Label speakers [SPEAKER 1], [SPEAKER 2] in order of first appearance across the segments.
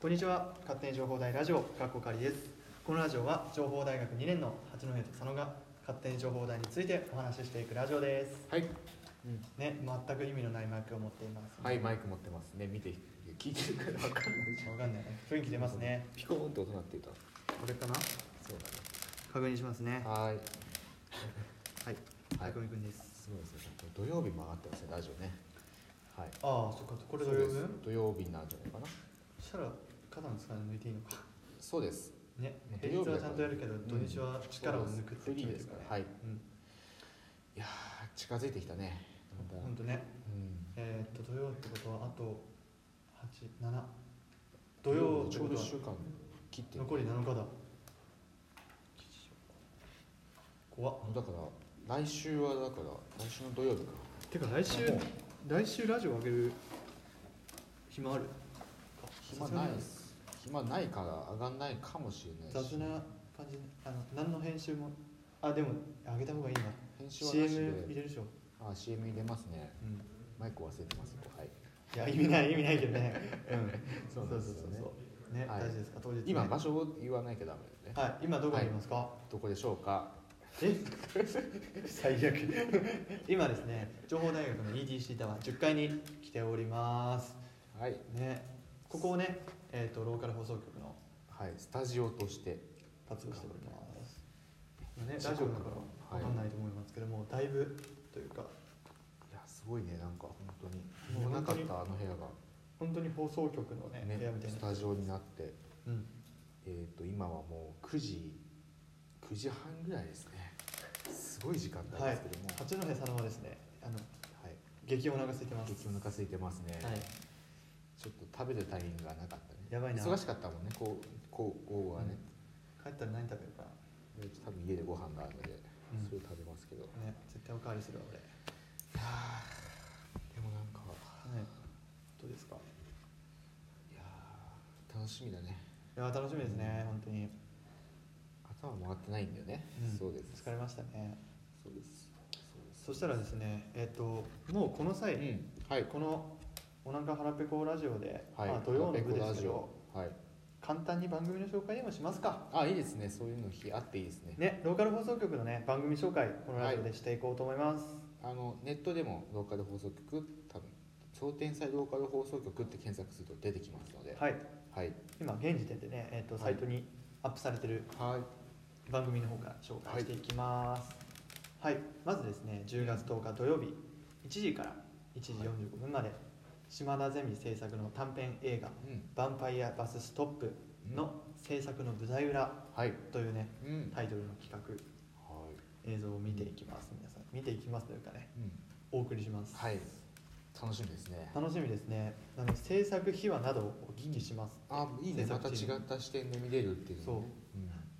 [SPEAKER 1] こんにちは勝手に情報大ラジオ学校かりですこのラジオは情報大学2年の八戸と佐野が勝手に情報大についてお話ししていくラジオです
[SPEAKER 2] はい、
[SPEAKER 1] ね全く意味のないマイクを持っています
[SPEAKER 2] はい、マイク持ってますね。見て、聞いてるからわかんないじゃん。
[SPEAKER 1] わかんないね雰囲気出ますね
[SPEAKER 2] ピコーンって音鳴ってた。
[SPEAKER 1] これかな
[SPEAKER 2] そうだ
[SPEAKER 1] 確認しますね
[SPEAKER 2] ね。はーい。
[SPEAKER 1] はい
[SPEAKER 2] はい
[SPEAKER 1] 匠くんです
[SPEAKER 2] すごいですね。土曜日も上がってますね、ラジオね。はい。
[SPEAKER 1] ああそっかこれ土曜
[SPEAKER 2] そうで
[SPEAKER 1] 分
[SPEAKER 2] す土曜日なんじゃないかな。
[SPEAKER 1] そしたら肩の疲れ抜いていいのか
[SPEAKER 2] そうです。
[SPEAKER 1] ね
[SPEAKER 2] まあ
[SPEAKER 1] 平日
[SPEAKER 2] 土曜
[SPEAKER 1] はち
[SPEAKER 2] 日だから
[SPEAKER 1] ゃんとやるけど土日は力を抜くって
[SPEAKER 2] うん
[SPEAKER 1] 決めてる
[SPEAKER 2] そうですフリーですか
[SPEAKER 1] からら
[SPEAKER 2] はい
[SPEAKER 1] うん
[SPEAKER 2] いやー、近づいてきたね。また
[SPEAKER 1] ほんとね
[SPEAKER 2] うん。
[SPEAKER 1] えーっと土曜ってことはあと87土曜って
[SPEAKER 2] ち
[SPEAKER 1] こ
[SPEAKER 2] ょう
[SPEAKER 1] とは
[SPEAKER 2] ど一週間切ってる。
[SPEAKER 1] 残り7日だ怖っ
[SPEAKER 2] だから来週はだから来週の土曜日か。
[SPEAKER 1] てか来週
[SPEAKER 2] もう
[SPEAKER 1] 来週ラジオ上げる暇ある
[SPEAKER 2] 暇ないっす。暇ないから上がんないかもしれないし。
[SPEAKER 1] 雑な感じあの何の編集もあでも上げた方がいいな
[SPEAKER 2] 編集はな
[SPEAKER 1] CM
[SPEAKER 2] し
[SPEAKER 1] 入
[SPEAKER 2] で。
[SPEAKER 1] れるでしょ、
[SPEAKER 2] あ、CM 入れますね。
[SPEAKER 1] うん、
[SPEAKER 2] マイク忘れてますよ。はい。
[SPEAKER 1] いや意味ない意味ないけどね、うん、
[SPEAKER 2] そうなんですよね
[SPEAKER 1] うね、
[SPEAKER 2] はい
[SPEAKER 1] 大事ですか当日ね、
[SPEAKER 2] 今場所を言わないきゃダメだよね。
[SPEAKER 1] はい今どこにいますか、
[SPEAKER 2] どこでしょうか。
[SPEAKER 1] え 最悪今ですね情報大学の EDC タワー10階に来ております
[SPEAKER 2] はい。
[SPEAKER 1] ねここをねえっ、とローカル放送局の
[SPEAKER 2] はい。スタジオとして。
[SPEAKER 1] 活動しておりますまあね
[SPEAKER 2] 時
[SPEAKER 1] ラジオ
[SPEAKER 2] 刻
[SPEAKER 1] だからわかんないと思いますけども、だいぶというか
[SPEAKER 2] いやすごいねなんか本当に。
[SPEAKER 1] もう
[SPEAKER 2] もうな
[SPEAKER 1] 本当
[SPEAKER 2] かっ
[SPEAKER 1] に
[SPEAKER 2] たあの部屋が。
[SPEAKER 1] 本当に放送局のね部屋
[SPEAKER 2] ね
[SPEAKER 1] みたい
[SPEAKER 2] ス
[SPEAKER 1] な
[SPEAKER 2] タジオになって。
[SPEAKER 1] うん
[SPEAKER 2] えっと今はもう9時9時半ぐらいですね。すごい時間帯
[SPEAKER 1] はい
[SPEAKER 2] ですけども。は
[SPEAKER 1] 八戸佐野はですねあの
[SPEAKER 2] い。
[SPEAKER 1] 激お腹空いてます
[SPEAKER 2] 激お腹空いてますね。
[SPEAKER 1] はい
[SPEAKER 2] ちょっと食べるタイミングがなかったね。
[SPEAKER 1] やばいな
[SPEAKER 2] 忙しかったもんね。こうこう午後はね。
[SPEAKER 1] 帰ったら何食べるかな
[SPEAKER 2] で多分家でご飯があるので、
[SPEAKER 1] うん
[SPEAKER 2] それ食べますけど。
[SPEAKER 1] ね絶対おかわりするわ俺
[SPEAKER 2] でもなんか
[SPEAKER 1] はいどうですか
[SPEAKER 2] いやー楽しみだね
[SPEAKER 1] いやー楽しみですね本当に
[SPEAKER 2] 頭回ってないんだよね、
[SPEAKER 1] うん
[SPEAKER 2] そうです
[SPEAKER 1] 疲れましたね
[SPEAKER 2] そうですそう
[SPEAKER 1] そ
[SPEAKER 2] です
[SPEAKER 1] したらですねえっ、ともうこの際、
[SPEAKER 2] うんはい
[SPEAKER 1] この「おなか腹ペコラジオで」
[SPEAKER 2] はい、
[SPEAKER 1] まあ、土曜の部で
[SPEAKER 2] ラ
[SPEAKER 1] すけ
[SPEAKER 2] ジ
[SPEAKER 1] ど
[SPEAKER 2] オはい
[SPEAKER 1] 簡単に番組の紹介でもしますか
[SPEAKER 2] あいいですねそういうの日あっていいですね
[SPEAKER 1] ねローカル放送局のね番組紹介このラジオ
[SPEAKER 2] は
[SPEAKER 1] でしていこうと思います、
[SPEAKER 2] あのネットでもローカル放送局多分総天才ローカル放送局って検索すると出てきますので
[SPEAKER 1] はい、
[SPEAKER 2] はいはい
[SPEAKER 1] 今現時点でね、えっと
[SPEAKER 2] はい
[SPEAKER 1] サイトにアップされてる
[SPEAKER 2] はい
[SPEAKER 1] 番組の方から紹介していきますはい、まずですね10月10日土曜日1時から1時45分まで、島田ゼミ制作の短編映画
[SPEAKER 2] うん
[SPEAKER 1] 「ヴァンパイア・バス・ストップ」の制作の舞台裏
[SPEAKER 2] はい
[SPEAKER 1] というね
[SPEAKER 2] うん
[SPEAKER 1] タイトルの企画
[SPEAKER 2] はい
[SPEAKER 1] 映像を見ていきます皆さん見ていきますというかね
[SPEAKER 2] うん
[SPEAKER 1] お送りします、
[SPEAKER 2] はい楽しみですね
[SPEAKER 1] 楽しみですねあの制作秘話などをお聞きします、
[SPEAKER 2] あいいね
[SPEAKER 1] 制
[SPEAKER 2] ま
[SPEAKER 1] 作
[SPEAKER 2] た違
[SPEAKER 1] チーム
[SPEAKER 2] った視点で見れるっていうのね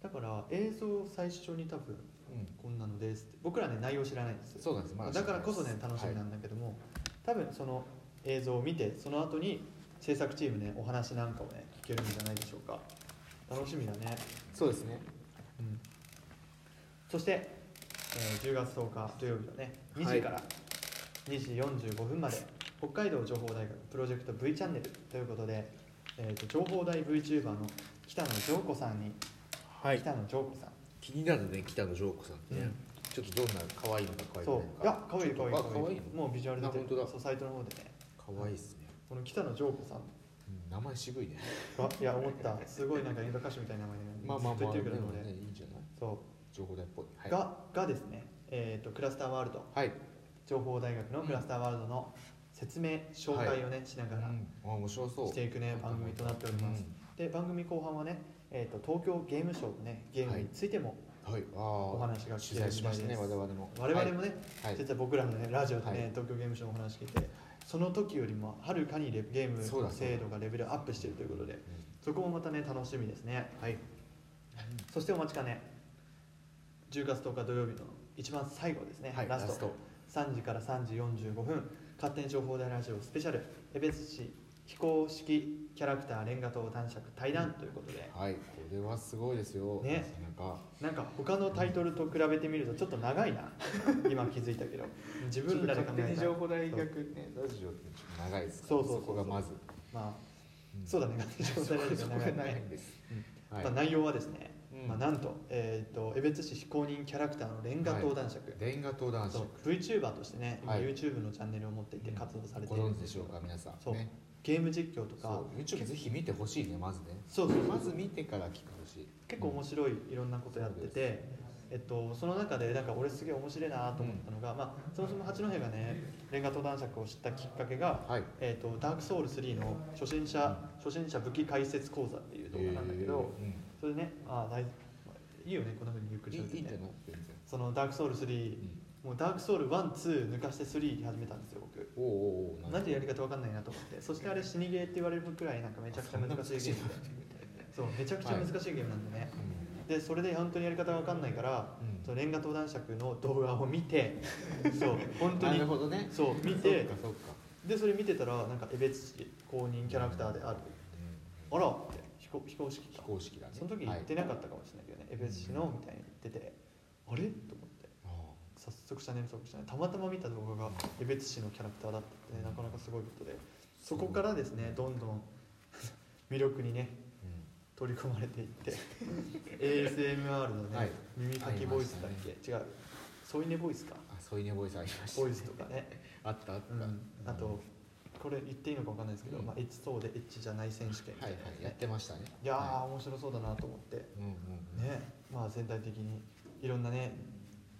[SPEAKER 1] だから映像を最初に多分
[SPEAKER 2] う、うん、
[SPEAKER 1] こんなのですって僕らね内容知らないんですよ
[SPEAKER 2] そうなんです、ま
[SPEAKER 1] だからこそね楽しみな
[SPEAKER 2] はい
[SPEAKER 1] んだけども、多分その映像を見てその後に制作チームねお話なんかをね聞けるんじゃないでしょうか楽しみだね
[SPEAKER 2] そうですね
[SPEAKER 1] うんそして、えー10月10日土曜日のね2
[SPEAKER 2] はい
[SPEAKER 1] 時から2時45分まで、北海道情報大学プロジェクト V チャンネルということで、えー、と情報大 VTuber の北野陽子さんに、
[SPEAKER 2] は
[SPEAKER 1] 北野陽子さん
[SPEAKER 2] 気になるね北野ジョー子さんってね、
[SPEAKER 1] うん
[SPEAKER 2] ちょっとどんな可愛いのか可愛く
[SPEAKER 1] そ
[SPEAKER 2] な
[SPEAKER 1] う
[SPEAKER 2] いのか
[SPEAKER 1] いやかわいいかわいい
[SPEAKER 2] あ可愛いの
[SPEAKER 1] もうビジュアル出て
[SPEAKER 2] あ本当だ
[SPEAKER 1] そうサイトの方でね
[SPEAKER 2] 可愛いですね、
[SPEAKER 1] この北野陽子さん
[SPEAKER 2] うん、名前渋いね
[SPEAKER 1] あいや思ったすごいなんか演歌歌手みたいな名前で、
[SPEAKER 2] まあまあ
[SPEAKER 1] ずっ
[SPEAKER 2] ま
[SPEAKER 1] と
[SPEAKER 2] あ
[SPEAKER 1] 言
[SPEAKER 2] で
[SPEAKER 1] ってるけど
[SPEAKER 2] も
[SPEAKER 1] 俺、
[SPEAKER 2] ねいいんじゃない
[SPEAKER 1] そ
[SPEAKER 2] 情報大っぽい、は
[SPEAKER 1] う
[SPEAKER 2] い、
[SPEAKER 1] ががですねえっ、とクラスターワールド
[SPEAKER 2] はい、
[SPEAKER 1] 情報大学のクラスターワールドの説明紹介をね、しな
[SPEAKER 2] う
[SPEAKER 1] がら
[SPEAKER 2] ん、あ面白そう
[SPEAKER 1] していくね番組となっております、で番組後半はね、えー、と東京ゲームショウのねゲームについても
[SPEAKER 2] うんはいあ
[SPEAKER 1] お
[SPEAKER 2] お
[SPEAKER 1] 話が聞
[SPEAKER 2] 取
[SPEAKER 1] ける
[SPEAKER 2] 材
[SPEAKER 1] み
[SPEAKER 2] したま
[SPEAKER 1] い
[SPEAKER 2] した
[SPEAKER 1] で
[SPEAKER 2] ね
[SPEAKER 1] す
[SPEAKER 2] 我々も
[SPEAKER 1] 我々も
[SPEAKER 2] ね
[SPEAKER 1] ね、
[SPEAKER 2] はい、
[SPEAKER 1] 実は僕らのねラジオでね、
[SPEAKER 2] はい
[SPEAKER 1] 東京ゲームショウのお話聞いてその時よりもはるかにレゲーム
[SPEAKER 2] そうだそうだ
[SPEAKER 1] 精度がレベルアップしてるということで
[SPEAKER 2] うん
[SPEAKER 1] そこもまたね楽しみですね
[SPEAKER 2] はい
[SPEAKER 1] そしてお待ちかね10月10日土曜日の一番最後ですね、
[SPEAKER 2] はい
[SPEAKER 1] ラスト
[SPEAKER 2] ラスト
[SPEAKER 1] 3時から3時45分勝手に情報大ラジオスペシャル江別市非公式キャラクターレンガ島男爵対談ということで、
[SPEAKER 2] はいこれはすごいですよ
[SPEAKER 1] ね
[SPEAKER 2] なんか
[SPEAKER 1] なんか他のタイトルと比べてみるとちょっと長い な今気づいたけど自分らで考
[SPEAKER 2] 勝手
[SPEAKER 1] え
[SPEAKER 2] に
[SPEAKER 1] た
[SPEAKER 2] 情報大学ねラジオってちょっと長いですから
[SPEAKER 1] そうそうそうそう
[SPEAKER 2] こがまず
[SPEAKER 1] まあそうだね
[SPEAKER 2] そ
[SPEAKER 1] 合
[SPEAKER 2] こ
[SPEAKER 1] 併症
[SPEAKER 2] そ
[SPEAKER 1] だ
[SPEAKER 2] こが
[SPEAKER 1] ね
[SPEAKER 2] ないんです
[SPEAKER 1] う
[SPEAKER 2] はい
[SPEAKER 1] まあ、内容はですね、
[SPEAKER 2] うん
[SPEAKER 1] まあ、なんと,、えー、と江別市非公認キャラクターのレンガ灯男爵、
[SPEAKER 2] レンガ灯男
[SPEAKER 1] そ
[SPEAKER 2] 爵
[SPEAKER 1] う VTuber としてね、今
[SPEAKER 2] はい
[SPEAKER 1] YouTube のチャンネルを持っていて活動されて
[SPEAKER 2] ご
[SPEAKER 1] いる
[SPEAKER 2] 存
[SPEAKER 1] ん
[SPEAKER 2] 知
[SPEAKER 1] で
[SPEAKER 2] ですし
[SPEAKER 1] け
[SPEAKER 2] ょ
[SPEAKER 1] ど
[SPEAKER 2] うか皆さん
[SPEAKER 1] そう
[SPEAKER 2] ね
[SPEAKER 1] ゲーム実況と
[SPEAKER 2] そ
[SPEAKER 1] か
[SPEAKER 2] う YouTube ぜひ見てほしいねまずね
[SPEAKER 1] そうそう
[SPEAKER 2] まず見てから聞くし
[SPEAKER 1] 結構面白いいろんなことやって
[SPEAKER 2] そうで
[SPEAKER 1] て、えっと、その中でなんか俺すげえ面白いなと思ったのが、まあ、そもそも八戸がねレンガ灯男爵を知ったきっかけが、
[SPEAKER 2] はい
[SPEAKER 1] えっと「ダークソウル3」の初心者初心者武器解説講座っていう動画なんだけど、
[SPEAKER 2] えーうん
[SPEAKER 1] それでねあー大いいよねこんなふうにゆっくり
[SPEAKER 2] いい
[SPEAKER 1] しゃべ
[SPEAKER 2] いい
[SPEAKER 1] っ
[SPEAKER 2] ん
[SPEAKER 1] てて
[SPEAKER 2] じゃない全然
[SPEAKER 1] その「ダークソウル3」もうダークソウル12抜かして3始めたんですよ僕
[SPEAKER 2] おうおうおう
[SPEAKER 1] なんでやり方わかんないなと思ってそしてあれ死にゲーって言われるくらいなんかめちゃくちゃ難しいゲームでそうめちゃくちゃ難しいゲームなんでね、でそれで本当にやり方わかんないから、
[SPEAKER 2] うん
[SPEAKER 1] そのレンガ登壇爵の動画を見て そう本当
[SPEAKER 2] な
[SPEAKER 1] に
[SPEAKER 2] るほどね
[SPEAKER 1] そう見て
[SPEAKER 2] そっかそっか
[SPEAKER 1] でそれ見てたらなんか江別市公認キャラクターである
[SPEAKER 2] うん
[SPEAKER 1] あらって非公非公式
[SPEAKER 2] 非
[SPEAKER 1] か
[SPEAKER 2] 公式だね
[SPEAKER 1] その時言ってなかったかもしれないけどね、江別市のみたいに言っててあれと思って
[SPEAKER 2] はいあ
[SPEAKER 1] 早速チャンネル登録したねたまたま見た動画が江別市のキャラクターだったってねなかなかすごいことでそこからですねどんど ん魅力にね
[SPEAKER 2] あうん
[SPEAKER 1] 取り込まれていって ASMR のね、
[SPEAKER 2] はい
[SPEAKER 1] 耳かきボイスだっけ、違う添い寝ボイスか
[SPEAKER 2] あ添い寝ボイスありました
[SPEAKER 1] ボイスとか ね、
[SPEAKER 2] あったあった、
[SPEAKER 1] うん、あとこれ言っていいのかわかんないですけど、
[SPEAKER 2] うん
[SPEAKER 1] まあ、エッチそうでエッチじゃない選手権みた
[SPEAKER 2] はいい
[SPEAKER 1] な
[SPEAKER 2] は
[SPEAKER 1] ね、
[SPEAKER 2] いやってましたね
[SPEAKER 1] いやー、
[SPEAKER 2] は
[SPEAKER 1] 面白そうだなと思って
[SPEAKER 2] い、うんうんうん
[SPEAKER 1] ねまあ全体的にいろんなね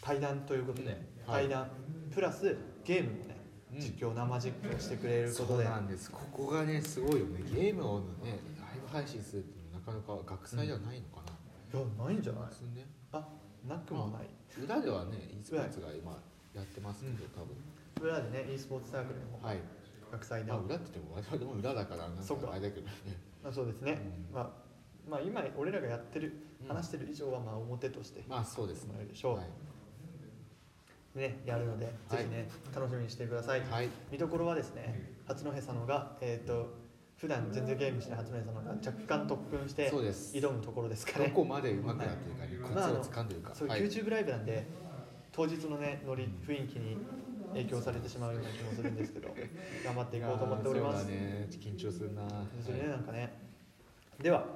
[SPEAKER 1] 対談ということで、
[SPEAKER 2] うんはい
[SPEAKER 1] 対談プラスゲームもね、
[SPEAKER 2] うん
[SPEAKER 1] 実況生実況してくれるこ
[SPEAKER 2] そ
[SPEAKER 1] と
[SPEAKER 2] う
[SPEAKER 1] で
[SPEAKER 2] なんですここがねすごいよねゲームをねライブ配信するっていうのはなかなか学祭ではないのかな、
[SPEAKER 1] いやないんじゃない
[SPEAKER 2] そうね
[SPEAKER 1] あなくもない、
[SPEAKER 2] 裏ではね e スポーツが今やってますけど多分、
[SPEAKER 1] 裏でね e スポーツサークルも
[SPEAKER 2] はい
[SPEAKER 1] 学祭で
[SPEAKER 2] まあ
[SPEAKER 1] も、
[SPEAKER 2] 裏って言っても我々も裏だからなん
[SPEAKER 1] そっ
[SPEAKER 2] か
[SPEAKER 1] か
[SPEAKER 2] あれだけどね
[SPEAKER 1] まあ、そうですね、
[SPEAKER 2] うん
[SPEAKER 1] まあ、まあ今俺らがやってる
[SPEAKER 2] うん
[SPEAKER 1] 話してる以上はまあ表として
[SPEAKER 2] まあそうですね
[SPEAKER 1] でしょう
[SPEAKER 2] はい
[SPEAKER 1] ねやるので、
[SPEAKER 2] はい
[SPEAKER 1] ぜひね楽しみにしてください、
[SPEAKER 2] はい
[SPEAKER 1] 見どころはですね八戸佐野がえっ、と普段全然ゲームしない八戸佐野が若干特訓して
[SPEAKER 2] そうです
[SPEAKER 1] 挑むところですか
[SPEAKER 2] ど
[SPEAKER 1] ね
[SPEAKER 2] こまでうまくなってるかね、
[SPEAKER 1] まああの
[SPEAKER 2] コツを掴んでるか、
[SPEAKER 1] そう
[SPEAKER 2] はい、
[SPEAKER 1] YouTube ライブなんで当日のねノリ雰囲気に影響されてしまうような気もするんですけ ど頑張っていこうと思っております
[SPEAKER 2] そうだね緊張するな
[SPEAKER 1] それね
[SPEAKER 2] は
[SPEAKER 1] ないんかねでは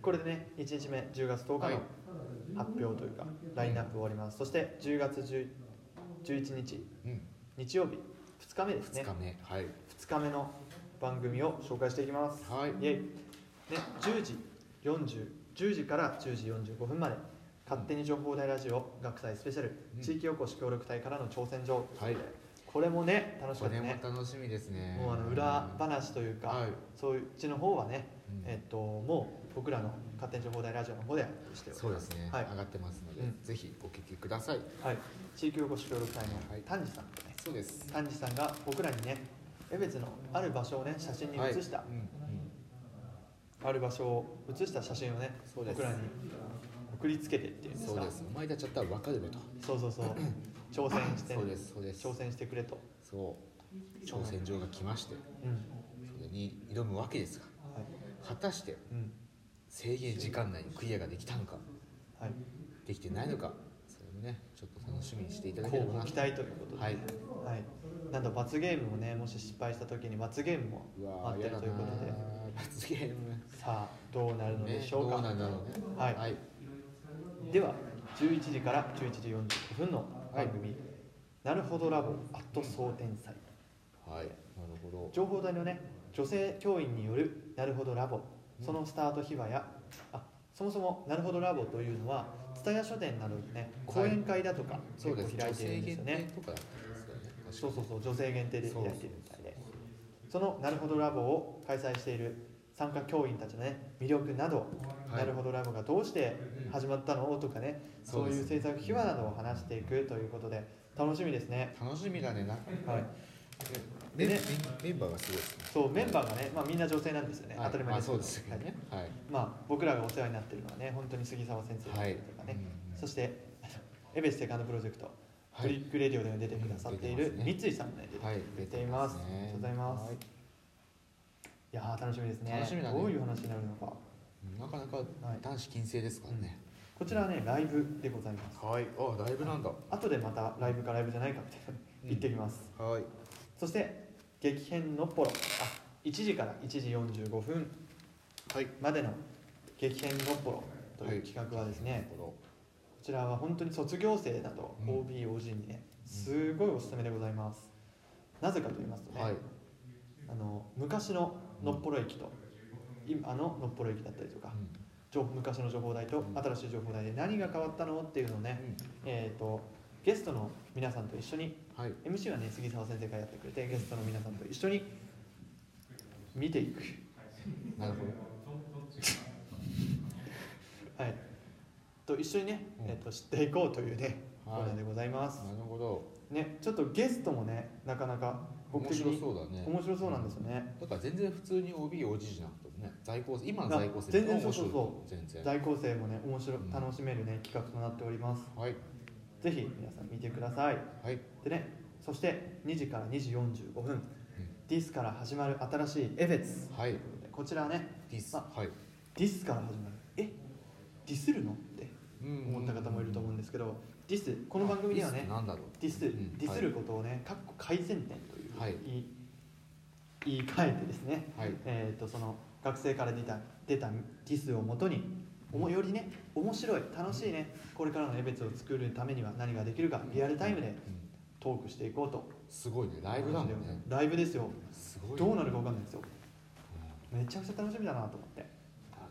[SPEAKER 1] これでね1日目10月10日
[SPEAKER 2] はい
[SPEAKER 1] の発表というかラインナップ終わりますそして10月10 11日
[SPEAKER 2] うん、
[SPEAKER 1] 日曜日2日目です
[SPEAKER 2] 2
[SPEAKER 1] ね
[SPEAKER 2] 日目、はい
[SPEAKER 1] 2日目の番組を紹介していきます
[SPEAKER 2] はい
[SPEAKER 1] イエイね10時40 10時から10時45分まで勝手に情報大ラジオ学祭スペシャル、
[SPEAKER 2] うん
[SPEAKER 1] 地域おこし協力隊からの挑戦状、
[SPEAKER 2] はい
[SPEAKER 1] これもね楽しか
[SPEAKER 2] こ
[SPEAKER 1] った
[SPEAKER 2] れも
[SPEAKER 1] ね
[SPEAKER 2] 楽しみですね
[SPEAKER 1] もうあの裏話というか、
[SPEAKER 2] はい
[SPEAKER 1] そういううちの方はね、
[SPEAKER 2] うん
[SPEAKER 1] えっともう僕らの勝手に情報大ラジオの方でアップしており
[SPEAKER 2] そう
[SPEAKER 1] ま
[SPEAKER 2] ですすね、
[SPEAKER 1] はい
[SPEAKER 2] 上がってますので、
[SPEAKER 1] うん
[SPEAKER 2] ぜひお聞きください
[SPEAKER 1] はい、地域おこし協力隊の
[SPEAKER 2] はい
[SPEAKER 1] 丹治さんとね
[SPEAKER 2] そうです
[SPEAKER 1] 丹治さんが僕らにね江別のある場所をね写真に写した、
[SPEAKER 2] はいうんうん
[SPEAKER 1] ある場所を写した写真をね
[SPEAKER 2] そうです
[SPEAKER 1] 僕らに送りつけてっていうんです
[SPEAKER 2] そう
[SPEAKER 1] か
[SPEAKER 2] ですお前たちだったら分かるべと
[SPEAKER 1] そうそう そう挑戦して
[SPEAKER 2] そうですそうです
[SPEAKER 1] 挑戦してくれと、
[SPEAKER 2] そう挑戦状が来まして
[SPEAKER 1] うん
[SPEAKER 2] それに挑むわけですが
[SPEAKER 1] はい
[SPEAKER 2] 果たして
[SPEAKER 1] うん
[SPEAKER 2] 制限時間内にクリアができたのか
[SPEAKER 1] はい、
[SPEAKER 2] できてないのかそれもねちょっと楽しみにしていただけ
[SPEAKER 1] こ
[SPEAKER 2] れ
[SPEAKER 1] う
[SPEAKER 2] ば
[SPEAKER 1] ご
[SPEAKER 2] な
[SPEAKER 1] 期待ということで、
[SPEAKER 2] はい
[SPEAKER 1] はいなんと罰ゲームもねもし失敗した時に罰ゲーム
[SPEAKER 2] う
[SPEAKER 1] も
[SPEAKER 2] わ
[SPEAKER 1] 待
[SPEAKER 2] ー
[SPEAKER 1] って
[SPEAKER 2] や
[SPEAKER 1] る
[SPEAKER 2] だ
[SPEAKER 1] とい
[SPEAKER 2] な
[SPEAKER 1] うことで
[SPEAKER 2] ー罰ゲーム
[SPEAKER 1] さあどうなるので
[SPEAKER 2] ね
[SPEAKER 1] しょ
[SPEAKER 2] ど
[SPEAKER 1] うか、
[SPEAKER 2] うなんだろうね
[SPEAKER 1] はい
[SPEAKER 2] はい
[SPEAKER 1] では11時から11時45分の番組、なるほどラボアット総天祭
[SPEAKER 2] はいなるほど
[SPEAKER 1] 情報台のね女性教員によるなるほどラボそのスタート秘話や、あそもそもなるほどラボというのは蔦屋書店などでね講演会だとか
[SPEAKER 2] そ
[SPEAKER 1] 結
[SPEAKER 2] うで
[SPEAKER 1] 構
[SPEAKER 2] す
[SPEAKER 1] 開
[SPEAKER 2] 女
[SPEAKER 1] いている
[SPEAKER 2] 性
[SPEAKER 1] んですよ
[SPEAKER 2] 限定
[SPEAKER 1] ね
[SPEAKER 2] とかだったんですよね確かに
[SPEAKER 1] そうそうそう女性限定で開いているみたいでそのなるほどラボを開催している参加教員たちのね魅力など、
[SPEAKER 2] はい
[SPEAKER 1] なるほどラボがどうして始まったのとかね
[SPEAKER 2] そ
[SPEAKER 1] そうう
[SPEAKER 2] です
[SPEAKER 1] い
[SPEAKER 2] ね
[SPEAKER 1] う制作秘話などを話していくということで楽しみですね
[SPEAKER 2] 楽しみだねな
[SPEAKER 1] はい
[SPEAKER 2] メン
[SPEAKER 1] でね
[SPEAKER 2] メンバーがすごいですね
[SPEAKER 1] そうメンバーがね、まあ、みんな女性なんですよね、
[SPEAKER 2] はい
[SPEAKER 1] 当たり前
[SPEAKER 2] まあ
[SPEAKER 1] ですけ
[SPEAKER 2] そ
[SPEAKER 1] ど
[SPEAKER 2] うですよねはい
[SPEAKER 1] まあ、僕らがお世話になってるのはね本当に杉沢先生だったりとかね、
[SPEAKER 2] はいうん
[SPEAKER 1] そしてあのエベスセカンドプロジェクト、
[SPEAKER 2] はい
[SPEAKER 1] ブリックレディオでも出てくださっている
[SPEAKER 2] うん出
[SPEAKER 1] 三
[SPEAKER 2] てますね
[SPEAKER 1] 井さんもね出て
[SPEAKER 2] はい
[SPEAKER 1] くれています,、
[SPEAKER 2] 出てますね
[SPEAKER 1] ありがとうございます、
[SPEAKER 2] はい
[SPEAKER 1] い、やー楽しみですね
[SPEAKER 2] 楽しみだね
[SPEAKER 1] どういう話になるのか
[SPEAKER 2] なかなか男子禁制ですからね、
[SPEAKER 1] こちらはねライブでございます
[SPEAKER 2] はい、あ、ライブなんだ。
[SPEAKER 1] 後でまたライブかライブじゃないかみたいな
[SPEAKER 2] うん
[SPEAKER 1] 言ってきます、
[SPEAKER 2] はい。
[SPEAKER 1] そして激変のっぽろあ1時から1時45分
[SPEAKER 2] はい
[SPEAKER 1] までの「激変のっぽろ」という企画はですね、こちらは本当に卒業生など
[SPEAKER 2] うん
[SPEAKER 1] OBOG にねすごいおすすめでございますなぜかと言いますとね、
[SPEAKER 2] はい
[SPEAKER 1] あの昔ののっぽろ駅と今ののっぽろ駅だったりとか情報昔の情報台と
[SPEAKER 2] うん
[SPEAKER 1] 新しい情報台で何が変わったのっていうのをね、えー、とゲストの皆さんと一緒に
[SPEAKER 2] はい
[SPEAKER 1] MC はね杉沢先生がやってくれてゲストの皆さんと一緒に見ていく
[SPEAKER 2] なる
[SPEAKER 1] はいと一緒にね、
[SPEAKER 2] うん
[SPEAKER 1] えー、と知っていこうというねコ
[SPEAKER 2] はい
[SPEAKER 1] ーナーでございます
[SPEAKER 2] ほど、なるほど
[SPEAKER 1] ねちょっとゲストもねなかなか僕
[SPEAKER 2] 面
[SPEAKER 1] 的
[SPEAKER 2] 白
[SPEAKER 1] に
[SPEAKER 2] そうだね
[SPEAKER 1] 面白そうなんですよね、
[SPEAKER 2] だから全然普通に OB、OG じゃなくてもね在校生今の在校生
[SPEAKER 1] 全然
[SPEAKER 2] も面白
[SPEAKER 1] そうそう
[SPEAKER 2] 全然
[SPEAKER 1] 在校生もね面白い
[SPEAKER 2] うん
[SPEAKER 1] 楽しめるね企画となっております
[SPEAKER 2] はい
[SPEAKER 1] ぜひ皆さん見てください
[SPEAKER 2] はい
[SPEAKER 1] でねそして2時から2時45分、ディスから始まる新しいエベツ
[SPEAKER 2] はい
[SPEAKER 1] ということでこちらはね
[SPEAKER 2] ディス
[SPEAKER 1] ま
[SPEAKER 2] はい
[SPEAKER 1] ディスから始まるえディスるのって思った方もいると思うん
[SPEAKER 2] で
[SPEAKER 1] ですけどディスこの番組ではね
[SPEAKER 2] なんだろう
[SPEAKER 1] ディス、
[SPEAKER 2] うん
[SPEAKER 1] ディスることをね、かっこ改善点という、
[SPEAKER 2] はい
[SPEAKER 1] 言い言い換えてですね、
[SPEAKER 2] はい
[SPEAKER 1] えー、とその学生から出た出たディスをもとにおもよりね面白い楽しいねこれからのエベツを作るためには何ができるかリアルタイムで
[SPEAKER 2] うん
[SPEAKER 1] トークしていこうと
[SPEAKER 2] すごいねライブだもんね
[SPEAKER 1] ライブですよ
[SPEAKER 2] すごいね
[SPEAKER 1] どう
[SPEAKER 2] うん
[SPEAKER 1] なるか分かんないですよめちゃくちゃ楽しみだなと思って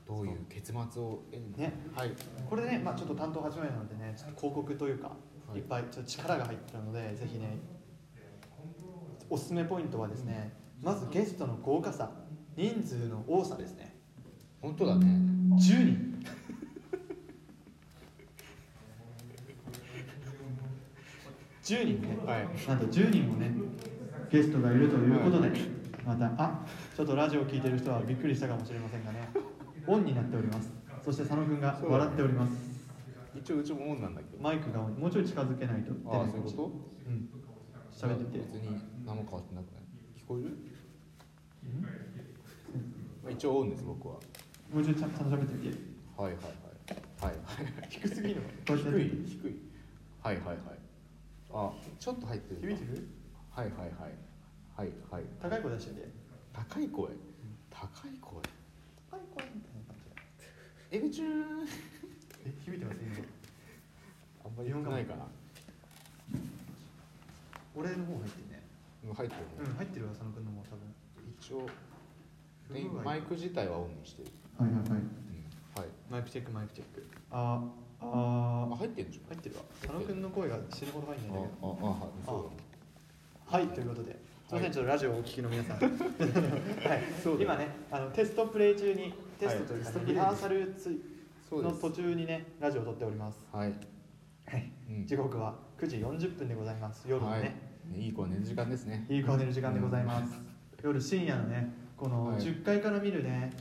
[SPEAKER 2] どういう結末を得るの
[SPEAKER 1] ね
[SPEAKER 2] はい
[SPEAKER 1] これでね、まあ、ちょっと担当始めるのでねちょっと広告というか、
[SPEAKER 2] はい
[SPEAKER 1] い、っぱいちょっと力が入ってるのでぜひねおすすめポイントはですねまずゲストの豪華さ人数の多さですね
[SPEAKER 2] 本当だね
[SPEAKER 1] 10人10人ね、
[SPEAKER 2] はい
[SPEAKER 1] なんと10人もねゲストがいるということで、またあちょっとラジオを聞いてる人はびっくりしたかもしれませんがねオンになっておりますそして佐野くんが笑っております、
[SPEAKER 2] 一応うちもオンなんだけど
[SPEAKER 1] マイクがオンもうちょい近づけないと出
[SPEAKER 2] あ
[SPEAKER 1] な
[SPEAKER 2] あ
[SPEAKER 1] い
[SPEAKER 2] そういう
[SPEAKER 1] と
[SPEAKER 2] こ
[SPEAKER 1] うん
[SPEAKER 2] と
[SPEAKER 1] 喋ってみて
[SPEAKER 2] 別に何も変わってなくない聞こえるまあ一応オンです僕は
[SPEAKER 1] もうちょいちゃんちゃんと喋ってみて
[SPEAKER 2] はいはいはいはい
[SPEAKER 1] 低すぎるのこ
[SPEAKER 2] 低
[SPEAKER 1] うやって
[SPEAKER 2] い低いはいはいはいあちょっと入って
[SPEAKER 1] 響
[SPEAKER 2] る
[SPEAKER 1] いてる
[SPEAKER 2] はいはいはいはいはい
[SPEAKER 1] 高い声出してみて
[SPEAKER 2] 高い声高い声
[SPEAKER 1] 高い声みたいな感じ
[SPEAKER 2] エビチューン
[SPEAKER 1] え響いてます今
[SPEAKER 2] あんまり良くないかな
[SPEAKER 1] 俺の方入ってるね
[SPEAKER 2] うん入って
[SPEAKER 1] う
[SPEAKER 2] るね
[SPEAKER 1] ん入ってるわ佐野くんのも多分
[SPEAKER 2] 一応で今マイク自体はオンにしてる
[SPEAKER 1] はいはいはい
[SPEAKER 2] うんはい
[SPEAKER 1] マイクチェックマイクチェックあーあ
[SPEAKER 2] あ
[SPEAKER 1] ー
[SPEAKER 2] 入ってるんじゃ
[SPEAKER 1] 入
[SPEAKER 2] ん
[SPEAKER 1] ってるわ佐野くんの声が死ぬほど入んないん
[SPEAKER 2] あ
[SPEAKER 1] だ
[SPEAKER 2] あ
[SPEAKER 1] けど
[SPEAKER 2] あはいそうだね
[SPEAKER 1] はい、ということで、すみません、ちょっとラジオをお聞きの 皆さん、はい、
[SPEAKER 2] そうだよ
[SPEAKER 1] 今ねあの、テストプレイ中に、テストというか
[SPEAKER 2] はいテスト
[SPEAKER 1] ね、
[SPEAKER 2] プレイ
[SPEAKER 1] リハーサルつい
[SPEAKER 2] そう
[SPEAKER 1] の
[SPEAKER 2] です
[SPEAKER 1] 途中にね、ラジオを撮っております。
[SPEAKER 2] はい
[SPEAKER 1] はい、
[SPEAKER 2] うん
[SPEAKER 1] 時刻は9時40分でございます、夜の
[SPEAKER 2] はい
[SPEAKER 1] ね、
[SPEAKER 2] ねいい子は寝る時間ですね
[SPEAKER 1] い、い子を寝る時間でございます。夜深夜のね、この
[SPEAKER 2] はい
[SPEAKER 1] 10階から見るね、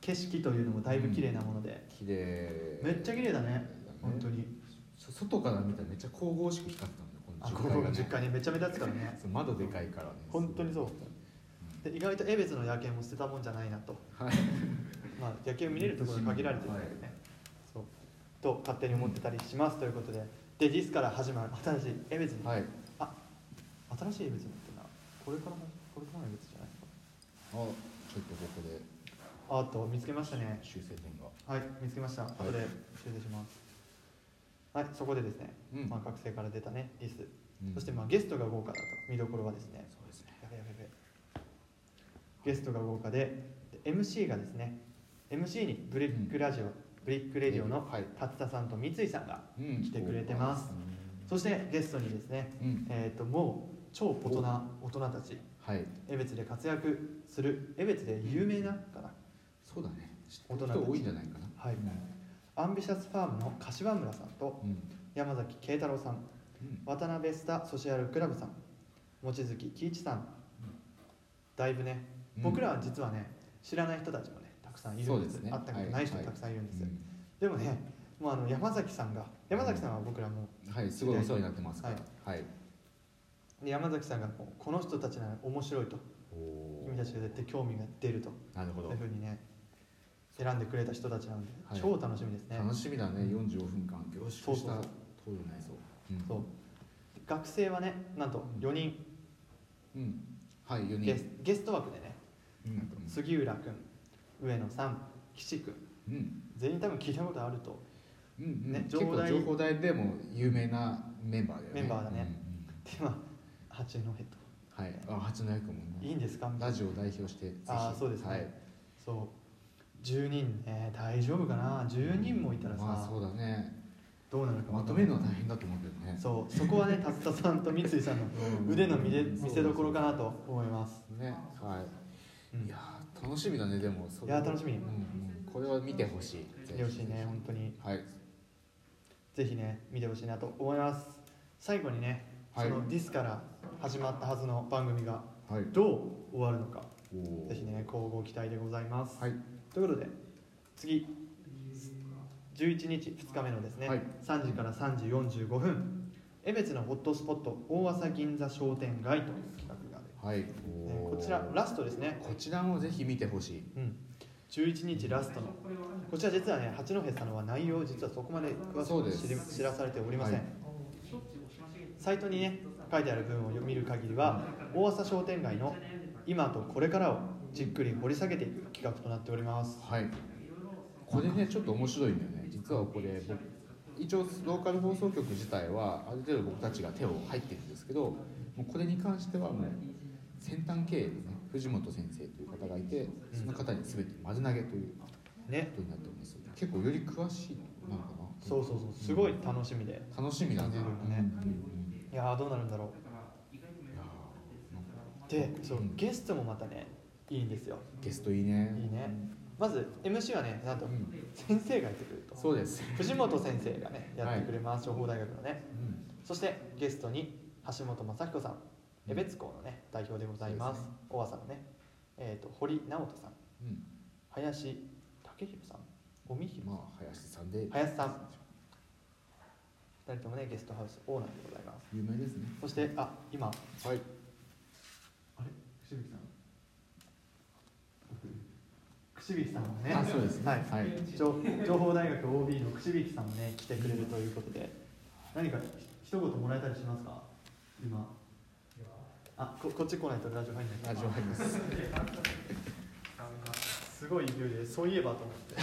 [SPEAKER 1] 景色というのもだいぶ綺麗なもので、
[SPEAKER 2] 綺麗
[SPEAKER 1] めっちゃ綺麗だね、本当に。
[SPEAKER 2] そ外から見たらめっちゃ神々しく光ってたんだよこの
[SPEAKER 1] あ、
[SPEAKER 2] 10
[SPEAKER 1] こ
[SPEAKER 2] 階
[SPEAKER 1] こ
[SPEAKER 2] が
[SPEAKER 1] が
[SPEAKER 2] ね
[SPEAKER 1] 10階にめっちゃ目立つからね。
[SPEAKER 2] そう窓でかいからね
[SPEAKER 1] 本当にそう
[SPEAKER 2] う
[SPEAKER 1] で意外と江別の夜景も捨てたもんじゃないなと。
[SPEAKER 2] はい
[SPEAKER 1] まあ、夜景を見れるところに限られてるんだよね、そうと勝手に思ってたりします、ということででディスから始まる新しいエベツに、
[SPEAKER 2] はい
[SPEAKER 1] あ新しいエベツになってるなこれからのこれからのエベツじゃない
[SPEAKER 2] あちょっとここで
[SPEAKER 1] ああと見つけましたね
[SPEAKER 2] 修正点が
[SPEAKER 1] はい見つけました後で
[SPEAKER 2] はい
[SPEAKER 1] 修正しますはいそこでですね、
[SPEAKER 2] うん
[SPEAKER 1] まあ、学生から出たねディス、
[SPEAKER 2] うん
[SPEAKER 1] そしてまあゲストが豪華だと見どころはですね
[SPEAKER 2] そうですね
[SPEAKER 1] やべやべやべゲストが豪華でで MC がですね MC にブリックラジオ、ブリックレディオの
[SPEAKER 2] はい
[SPEAKER 1] 達田さんと三井さんが
[SPEAKER 2] うん
[SPEAKER 1] 来てくれてますそしてゲストにですね、
[SPEAKER 2] うん
[SPEAKER 1] えー、ともう超大人大人たち
[SPEAKER 2] はい
[SPEAKER 1] 江別で活躍する江別で有名なかな、
[SPEAKER 2] そうだね知って
[SPEAKER 1] 大
[SPEAKER 2] る
[SPEAKER 1] 人たち
[SPEAKER 2] 人多いんじゃないかな
[SPEAKER 1] はいアンビシャスファームの柏村さんと
[SPEAKER 2] うん
[SPEAKER 1] 山崎慶太郎さん
[SPEAKER 2] うん
[SPEAKER 1] 渡辺スタソシアルクラブさん望月喜一さんだいぶね
[SPEAKER 2] うん
[SPEAKER 1] 僕らは実はね知らない人たちもねたくさんいる
[SPEAKER 2] そうんで
[SPEAKER 1] です
[SPEAKER 2] すね
[SPEAKER 1] 会ったことない人
[SPEAKER 2] はい
[SPEAKER 1] たくさんいるんです、
[SPEAKER 2] うん
[SPEAKER 1] でもねもうあの山崎さんが山崎さんは僕らも
[SPEAKER 2] はいすごいお世話になってますからはい
[SPEAKER 1] うで山崎さんがもうこの人たちなら面白いと
[SPEAKER 2] おお
[SPEAKER 1] 君たちが絶対興味が出ると
[SPEAKER 2] なるほ
[SPEAKER 1] そ
[SPEAKER 2] ど
[SPEAKER 1] ういうふうにね選んでくれた人たちなんで、
[SPEAKER 2] はい
[SPEAKER 1] 超楽しみですね
[SPEAKER 2] 楽しみだね45分間凝縮した
[SPEAKER 1] そうそう
[SPEAKER 2] 討論になりそううん
[SPEAKER 1] そう学生はねなんと4人
[SPEAKER 2] うんはい4
[SPEAKER 1] ゲス
[SPEAKER 2] 人
[SPEAKER 1] ゲスト枠でね
[SPEAKER 2] うん
[SPEAKER 1] 杉浦君上野さん岸君
[SPEAKER 2] うん
[SPEAKER 1] 全員多分聞いたことあると
[SPEAKER 2] うん
[SPEAKER 1] ね
[SPEAKER 2] 結構
[SPEAKER 1] 上代
[SPEAKER 2] 情報大でも有名なメンバーだよね
[SPEAKER 1] メンバーだね
[SPEAKER 2] うんうん
[SPEAKER 1] でまあ八戸と
[SPEAKER 2] はいあ八戸君も
[SPEAKER 1] いい
[SPEAKER 2] ね
[SPEAKER 1] んですかみたいな
[SPEAKER 2] ラジオを代表してぜひ
[SPEAKER 1] あーそうですね
[SPEAKER 2] はい
[SPEAKER 1] そう10人ね大丈夫かな10人もいたらさ、
[SPEAKER 2] まあそうだね
[SPEAKER 1] どうなるかわ
[SPEAKER 2] ま
[SPEAKER 1] かん
[SPEAKER 2] と
[SPEAKER 1] な
[SPEAKER 2] め
[SPEAKER 1] い
[SPEAKER 2] るのは大変だと思うけどね
[SPEAKER 1] そうそこは ね達田さんと三井さんの
[SPEAKER 2] うん
[SPEAKER 1] 腕の見れ見せどころかなと思います、
[SPEAKER 2] ねは
[SPEAKER 1] う
[SPEAKER 2] い
[SPEAKER 1] ん、
[SPEAKER 2] いやー楽しみだねでもそ
[SPEAKER 1] い
[SPEAKER 2] れ
[SPEAKER 1] や楽しみ
[SPEAKER 2] うんうんこれは見てほしいぜひ
[SPEAKER 1] よしね本当に
[SPEAKER 2] はい
[SPEAKER 1] ぜひね見てほしいなと思います最後にね、
[SPEAKER 2] はい
[SPEAKER 1] そのディスから始まったはずの番組が
[SPEAKER 2] はい
[SPEAKER 1] どう終わるのか
[SPEAKER 2] おー
[SPEAKER 1] ぜひね乞うご期待でございます、
[SPEAKER 2] はい
[SPEAKER 1] ということで次11日2日目のですね、
[SPEAKER 2] はい
[SPEAKER 1] 3時から3時45分江別のホットスポット大浅銀座商店街という企画がある、
[SPEAKER 2] はい
[SPEAKER 1] ね
[SPEAKER 2] お
[SPEAKER 1] こ
[SPEAKER 2] ー
[SPEAKER 1] ちらラストですね
[SPEAKER 2] こちらもぜひ見てほしい
[SPEAKER 1] うん、11日ラストのこちら実はね八戸さんは内容を実はそこまで
[SPEAKER 2] そう
[SPEAKER 1] 詳
[SPEAKER 2] で
[SPEAKER 1] し
[SPEAKER 2] す
[SPEAKER 1] く知り知らされておりません、
[SPEAKER 2] はい
[SPEAKER 1] サイトにね書いてある文を見る限りは大浅商店街の今とこれからをじっくり掘り下げていく企画となっております
[SPEAKER 2] はいこれねちょっと面白いんだよね実はこれ僕一応ローカル放送局自体はある程度僕たちが手を入ってるんですけどもうこれに関してはもう先端経営ですね藤本先生という方がいて
[SPEAKER 1] うん
[SPEAKER 2] その方に全て丸投げというこ
[SPEAKER 1] ね
[SPEAKER 2] とになっております結構より詳しいのなのかな
[SPEAKER 1] そうそうそうすごい楽しみで
[SPEAKER 2] 楽しみだね
[SPEAKER 1] ね
[SPEAKER 2] うんうん
[SPEAKER 1] いやーどうなるんだろ
[SPEAKER 2] うんいや
[SPEAKER 1] うでそう
[SPEAKER 2] うん
[SPEAKER 1] ゲストもまたねいいんですよ
[SPEAKER 2] ーゲストいいね
[SPEAKER 1] いいねまず MC はねなんと
[SPEAKER 2] うん
[SPEAKER 1] 先生がやってくれると
[SPEAKER 2] そうです、
[SPEAKER 1] 藤本先生がねやってくれます情報大学のね
[SPEAKER 2] うん
[SPEAKER 1] そしてゲストに橋本雅彦さん、江別校のね代表でございます。
[SPEAKER 2] そうで
[SPEAKER 1] 大和さんのね、えっ、と堀直人さん、
[SPEAKER 2] うん
[SPEAKER 1] 林武弘さん、尾身弘さん、
[SPEAKER 2] まあ林さんで
[SPEAKER 1] 林さん、二人ともねゲストハウスオーナーでございます。
[SPEAKER 2] 有名ですね
[SPEAKER 1] そしてあ今
[SPEAKER 2] はい
[SPEAKER 1] あれ串引さん、串引さんはね、
[SPEAKER 2] あそうですね
[SPEAKER 1] はい
[SPEAKER 2] はい
[SPEAKER 1] 情 情報大学 OB の串引さんもね来てくれるということで、何かひ一言もらえたりしますか今あここっち来ないとラジオ入んない
[SPEAKER 2] ラジオ入ります
[SPEAKER 1] すごい勢いでそういえばと思って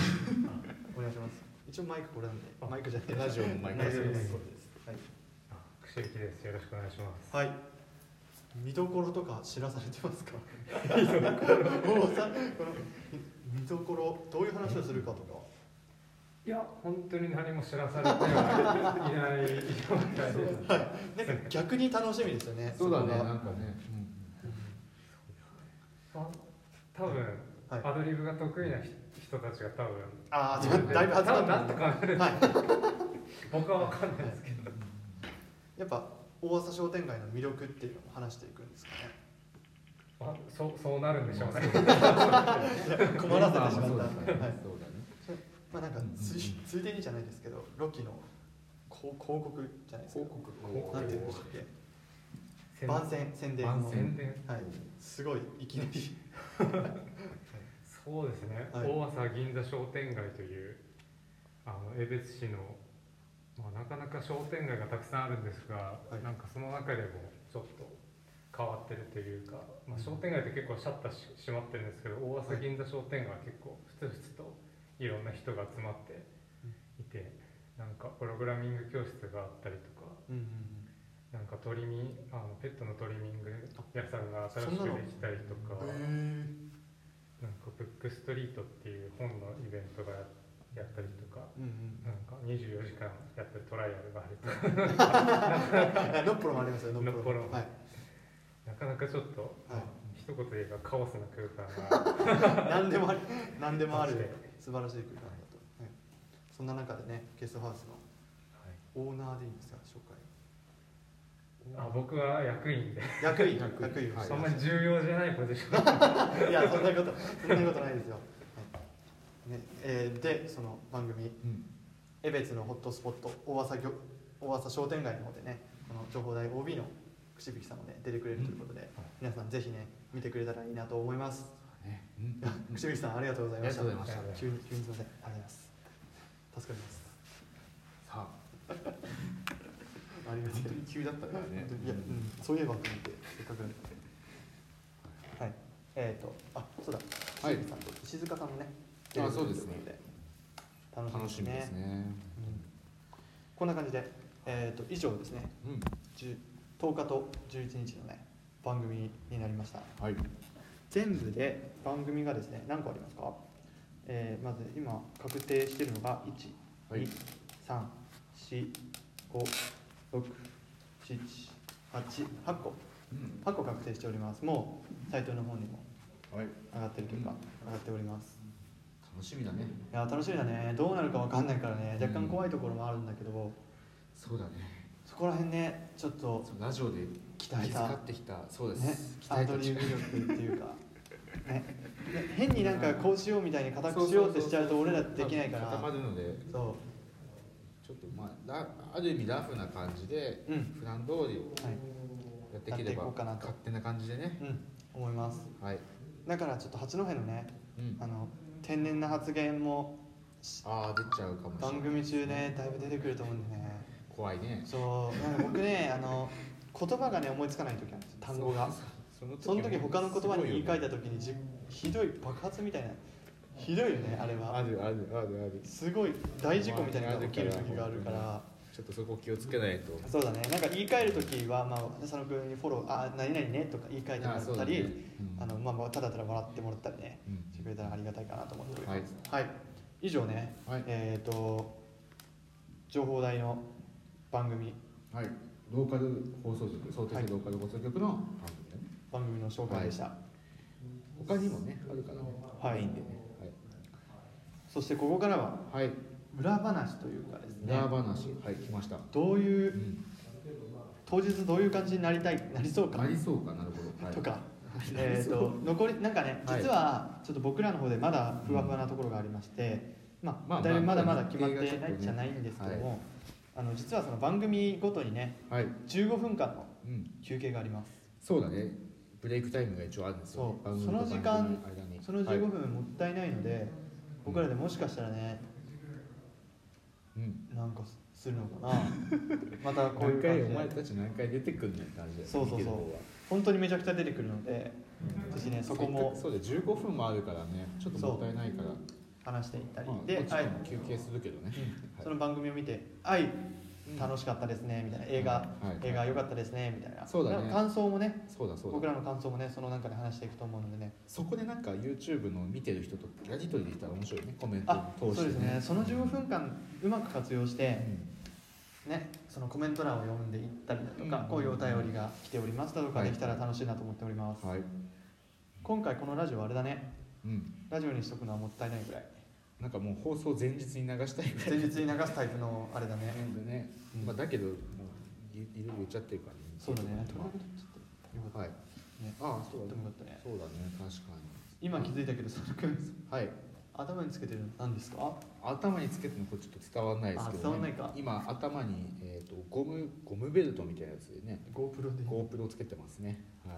[SPEAKER 1] お願いします一応マイクこれなんでマイクじゃなくて
[SPEAKER 2] ラジオのマイク
[SPEAKER 1] ラジオのマ
[SPEAKER 2] です
[SPEAKER 3] くしゆきです。よろしくお願いします。
[SPEAKER 1] はい、はい、見どころとか知らされてますか見どころもうさこの見どころどういう話をするかとか
[SPEAKER 3] いや、本当に何も知らされてはいない状態です。
[SPEAKER 1] なんか逆に楽しみですよね
[SPEAKER 2] そうだ
[SPEAKER 1] こ
[SPEAKER 2] ね、
[SPEAKER 1] が
[SPEAKER 2] なんかね。
[SPEAKER 3] あ多分、
[SPEAKER 1] はい
[SPEAKER 3] アドリブが得意な人人たちが多分、
[SPEAKER 1] ああ、ちょっとだいぶ集ま
[SPEAKER 3] 多
[SPEAKER 1] っ
[SPEAKER 3] 分
[SPEAKER 1] た
[SPEAKER 3] なんとかなる。
[SPEAKER 1] はい、
[SPEAKER 3] 僕はわかんないですけど。
[SPEAKER 1] やっぱ大浅商店街の魅力っていうのも話していくんですかね。
[SPEAKER 3] あ、そう そうなるんでしょうね。
[SPEAKER 1] 困らせてしま
[SPEAKER 2] そ
[SPEAKER 1] った。
[SPEAKER 2] うだ
[SPEAKER 1] はい、
[SPEAKER 2] ね。そうだね。
[SPEAKER 1] まあなんかついついでにじゃないですけど、ロキの広広告じゃないですか。
[SPEAKER 3] 広告
[SPEAKER 1] なんていうんでしたっけ？番宣宣伝の。
[SPEAKER 2] 番宣
[SPEAKER 3] 宣伝。
[SPEAKER 1] はい。すごいいきなり。
[SPEAKER 3] そうですね、
[SPEAKER 1] はい
[SPEAKER 3] 大浅銀座商店街というあの江別市の、まあ、なかなか商店街がたくさんあるんですが、
[SPEAKER 1] はい
[SPEAKER 3] なんかその中でもちょっと変わってるというか、まあ、商店街って結構シャッターし閉まってるんですけど大
[SPEAKER 1] は
[SPEAKER 3] 浅
[SPEAKER 1] い
[SPEAKER 3] 銀座商店街は結構ふつふつといろんな人が集まっていてなんかプログラミング教室があったりとか
[SPEAKER 1] うんうん
[SPEAKER 3] なんかトリミンあのペットのトリミング屋さんが新しく
[SPEAKER 1] そんなの
[SPEAKER 3] できたりとか。
[SPEAKER 1] うん。
[SPEAKER 3] なんかブックストリートっていう本のイベントがやったりとか、
[SPEAKER 1] うんうん。
[SPEAKER 3] なんか24時間やってるトライアルがあるとか、
[SPEAKER 1] あノッポロもありますよ。ノッポロ。
[SPEAKER 3] ノッポ
[SPEAKER 1] は
[SPEAKER 3] ロ
[SPEAKER 1] い。
[SPEAKER 3] なかなかちょっと、
[SPEAKER 1] はい
[SPEAKER 3] 一言で言えばカオスな空間が、
[SPEAKER 1] 何でもあり何でもある
[SPEAKER 3] 確か
[SPEAKER 1] 素晴らしい空間だと、はい、そんな中でねゲストハウスのオーナーでいいんですか紹介
[SPEAKER 3] あ僕は役員で、
[SPEAKER 1] 役員
[SPEAKER 2] 役 員
[SPEAKER 1] 役員を
[SPEAKER 2] はい
[SPEAKER 1] して
[SPEAKER 3] そん
[SPEAKER 1] ま
[SPEAKER 3] な
[SPEAKER 1] す
[SPEAKER 3] に重要じゃないポジション
[SPEAKER 1] いやそんなことそんなことないですよ、はいねえーでその番組
[SPEAKER 2] うん。
[SPEAKER 1] 江別のホットスポット大浅ぎょ大浅商店街の方でねこの情報大 OB の串引きさんもね出てくれるということで、皆さんぜひね見てくれたらいいなと思います
[SPEAKER 2] ね。うん。
[SPEAKER 1] 串引きさんありがとうございました
[SPEAKER 2] ありがとうござ
[SPEAKER 3] いました
[SPEAKER 1] 急に急にすいませんありがとうございます助かります
[SPEAKER 2] さあ、
[SPEAKER 1] ありがとう
[SPEAKER 2] 本当に急だったからね。
[SPEAKER 1] いや、うん、そういえばと思って、せっかくなんで。はい、えっ、と、あ、そうだ、
[SPEAKER 2] はい
[SPEAKER 1] 清水さんと石塚さんもね、
[SPEAKER 2] あそうですね
[SPEAKER 1] 出てくれるということで楽
[SPEAKER 2] 楽
[SPEAKER 1] し
[SPEAKER 2] し
[SPEAKER 1] み
[SPEAKER 2] み
[SPEAKER 1] で
[SPEAKER 2] ですす
[SPEAKER 1] ね。
[SPEAKER 2] ね。
[SPEAKER 1] うんこんな感じで、えっ、と以上ですね、
[SPEAKER 2] うん、
[SPEAKER 1] 10 10日と11日のね番組になりました。
[SPEAKER 2] はい、
[SPEAKER 1] 全部で番組がですね何個ありますか、えーまず今確定してるのが1、
[SPEAKER 2] はい
[SPEAKER 1] 2 3 4 5 6 7 8 8個
[SPEAKER 2] うん、
[SPEAKER 1] 8個確定しておりますもうサイトの方にも
[SPEAKER 2] はい、
[SPEAKER 1] 上がってるというか、上がっております
[SPEAKER 2] 楽しみだね。
[SPEAKER 1] いやー楽しみだねどうなるか分かんないからね若干怖いところもあるんだけど、
[SPEAKER 2] そうだね。
[SPEAKER 1] そこら辺ねちょっと
[SPEAKER 2] そうラジオで
[SPEAKER 1] 鍛えた
[SPEAKER 2] 気遣ってきた、そうです。
[SPEAKER 1] ねア
[SPEAKER 2] 鍛え
[SPEAKER 1] ン
[SPEAKER 2] た
[SPEAKER 1] ドリー
[SPEAKER 2] 力
[SPEAKER 1] ム力っていうか、ね、ね変になんかこうしようみたいに固くしようってしちゃうと俺らできないから
[SPEAKER 2] 固まるので、
[SPEAKER 1] そ
[SPEAKER 2] ちょっとまあラある意味ラフな感じで、
[SPEAKER 1] ううん
[SPEAKER 2] 普段通り
[SPEAKER 1] はい
[SPEAKER 2] やってい
[SPEAKER 1] や
[SPEAKER 2] けれ
[SPEAKER 1] っていこ
[SPEAKER 2] ば
[SPEAKER 1] うかなと
[SPEAKER 2] 勝手な感じでね。
[SPEAKER 1] うん思います
[SPEAKER 2] はい。
[SPEAKER 1] だからちょっと八戸のね
[SPEAKER 2] うん。
[SPEAKER 1] あの天然な発言も
[SPEAKER 2] ああ出ちゃうかもしれな
[SPEAKER 1] 番
[SPEAKER 2] い。
[SPEAKER 1] 組中ねだいぶ出てくると思うんでね
[SPEAKER 2] 怖いね。
[SPEAKER 1] そうなんか僕ねあの言葉がね思いつかない時あるんですよ単語が
[SPEAKER 2] その
[SPEAKER 1] その時他の言葉に言い換えた
[SPEAKER 2] と
[SPEAKER 1] 時にじひどい爆発みたいなひどいよねあれ
[SPEAKER 2] あ
[SPEAKER 1] は
[SPEAKER 2] るあるあるある。
[SPEAKER 1] すごい大事故みたいなのが起きる時があるから
[SPEAKER 2] ちょっとそこ気をつけないと。
[SPEAKER 1] そうだねなんか言い換える時は、まあ、佐野君にフォロー「あ何々ね」とか言い換えてもら
[SPEAKER 2] あ
[SPEAKER 1] っ
[SPEAKER 2] そう
[SPEAKER 1] た
[SPEAKER 2] だ
[SPEAKER 1] り
[SPEAKER 2] ねうん
[SPEAKER 1] あのまあまあ、ただただ笑ってもらったりね
[SPEAKER 2] うん
[SPEAKER 1] してくれたらありがたいかなと思っておりま
[SPEAKER 2] はい。
[SPEAKER 1] すはい、以上ね、
[SPEAKER 2] はい
[SPEAKER 1] えっ、と情報台の番組
[SPEAKER 2] はい。ローカル放送局、想定
[SPEAKER 1] はい
[SPEAKER 2] ローカル放送局の番組だね。
[SPEAKER 1] 番組の紹介でした、
[SPEAKER 2] 他にもね、あるからね。
[SPEAKER 1] はい
[SPEAKER 2] メインでね。
[SPEAKER 1] そしてここからは
[SPEAKER 2] はい。はい。
[SPEAKER 1] 裏話というかですね
[SPEAKER 2] 裏話、はい、来ました。。
[SPEAKER 1] どういううん当日どういう感じになりたいなりそうか
[SPEAKER 2] ありそうかなるほど。はい
[SPEAKER 1] とか、
[SPEAKER 2] なり
[SPEAKER 1] えー、
[SPEAKER 2] そう
[SPEAKER 1] と残りなんかね
[SPEAKER 2] はい
[SPEAKER 1] 実はちょっと僕らの方でまだふわふわなところがありまして、まあ、だいぶまだまだ決まってないじゃないんですけども、あの実はその番組ごとにね
[SPEAKER 2] はい。
[SPEAKER 1] 15分間の
[SPEAKER 2] うん。
[SPEAKER 1] 休憩があります
[SPEAKER 2] そうだね。ブレイクタイムが一応あるんですよ。
[SPEAKER 1] そう
[SPEAKER 2] 番組
[SPEAKER 1] その
[SPEAKER 2] と
[SPEAKER 1] 時間
[SPEAKER 2] 番組の間に
[SPEAKER 1] その
[SPEAKER 2] はい
[SPEAKER 1] 15分もったいないので、僕らでもしかしたらね
[SPEAKER 2] うん。
[SPEAKER 1] なんかするのかな またこうい
[SPEAKER 2] 何
[SPEAKER 1] う感
[SPEAKER 2] 回
[SPEAKER 1] じ
[SPEAKER 2] お前
[SPEAKER 1] で
[SPEAKER 2] たち何回出てくんねんって感じだよね
[SPEAKER 1] そうそうそう
[SPEAKER 2] 見てる方は
[SPEAKER 1] 本当にめちゃくちゃ出てくるので私ねそこも
[SPEAKER 2] そうで15分もあるからねちょっともったいないから
[SPEAKER 1] 話していったり
[SPEAKER 2] まあ
[SPEAKER 1] で
[SPEAKER 2] もち
[SPEAKER 1] あ
[SPEAKER 2] ろ
[SPEAKER 1] え
[SPEAKER 2] ん休憩するけどね、
[SPEAKER 1] その番組を見て「愛
[SPEAKER 2] うん
[SPEAKER 1] 楽しかったですね」みたいな「映画
[SPEAKER 2] はいはい
[SPEAKER 1] 映画良かったですね」みたいな
[SPEAKER 2] そうだね
[SPEAKER 1] なんか感想もね
[SPEAKER 2] そうだそう
[SPEAKER 1] 僕
[SPEAKER 2] だ
[SPEAKER 1] らの感想もねその中で話していくと思うのでね
[SPEAKER 2] そこでなんか YouTube の見てる人とやり取りできたら面白いねコメント
[SPEAKER 1] あそ
[SPEAKER 2] を
[SPEAKER 1] う
[SPEAKER 2] 通し
[SPEAKER 1] です
[SPEAKER 2] て
[SPEAKER 1] ねその15分間うまく活用して
[SPEAKER 2] うん
[SPEAKER 1] ねそのコメント欄を読んでいったりだと
[SPEAKER 2] う
[SPEAKER 1] か
[SPEAKER 2] ん
[SPEAKER 1] こういうお便りが来ておりますだとか
[SPEAKER 2] はい
[SPEAKER 1] できたら楽しいなと思っております
[SPEAKER 2] はい、
[SPEAKER 1] 今回このラジオあれだね
[SPEAKER 2] うん、
[SPEAKER 1] ラジオにしとくのはもったいないぐらい
[SPEAKER 2] なんかもう放送前日に流したいぐらい
[SPEAKER 1] 前日に流すタイプのあれだね
[SPEAKER 2] なんでね、
[SPEAKER 1] うん
[SPEAKER 2] まあ、だけどもういいろいろ言っちゃってるからね
[SPEAKER 1] そうだね
[SPEAKER 2] まあはい
[SPEAKER 1] ね
[SPEAKER 2] ああそ
[SPEAKER 1] と
[SPEAKER 2] う
[SPEAKER 1] って
[SPEAKER 2] だ
[SPEAKER 1] も
[SPEAKER 2] ね
[SPEAKER 1] よかったね
[SPEAKER 2] そうだね確か
[SPEAKER 1] 今気づいたけど佐野君
[SPEAKER 2] にはい
[SPEAKER 1] 頭につけてるの何ですか
[SPEAKER 2] 頭につけてるのこれちょっと伝わらないですけ
[SPEAKER 1] あ伝わ
[SPEAKER 2] ど、
[SPEAKER 1] んない
[SPEAKER 2] ね
[SPEAKER 1] か、
[SPEAKER 2] 今頭に、えー、とゴムゴムベルトみたいなやつでね
[SPEAKER 1] GoPro で
[SPEAKER 2] GoPro をつけてますねは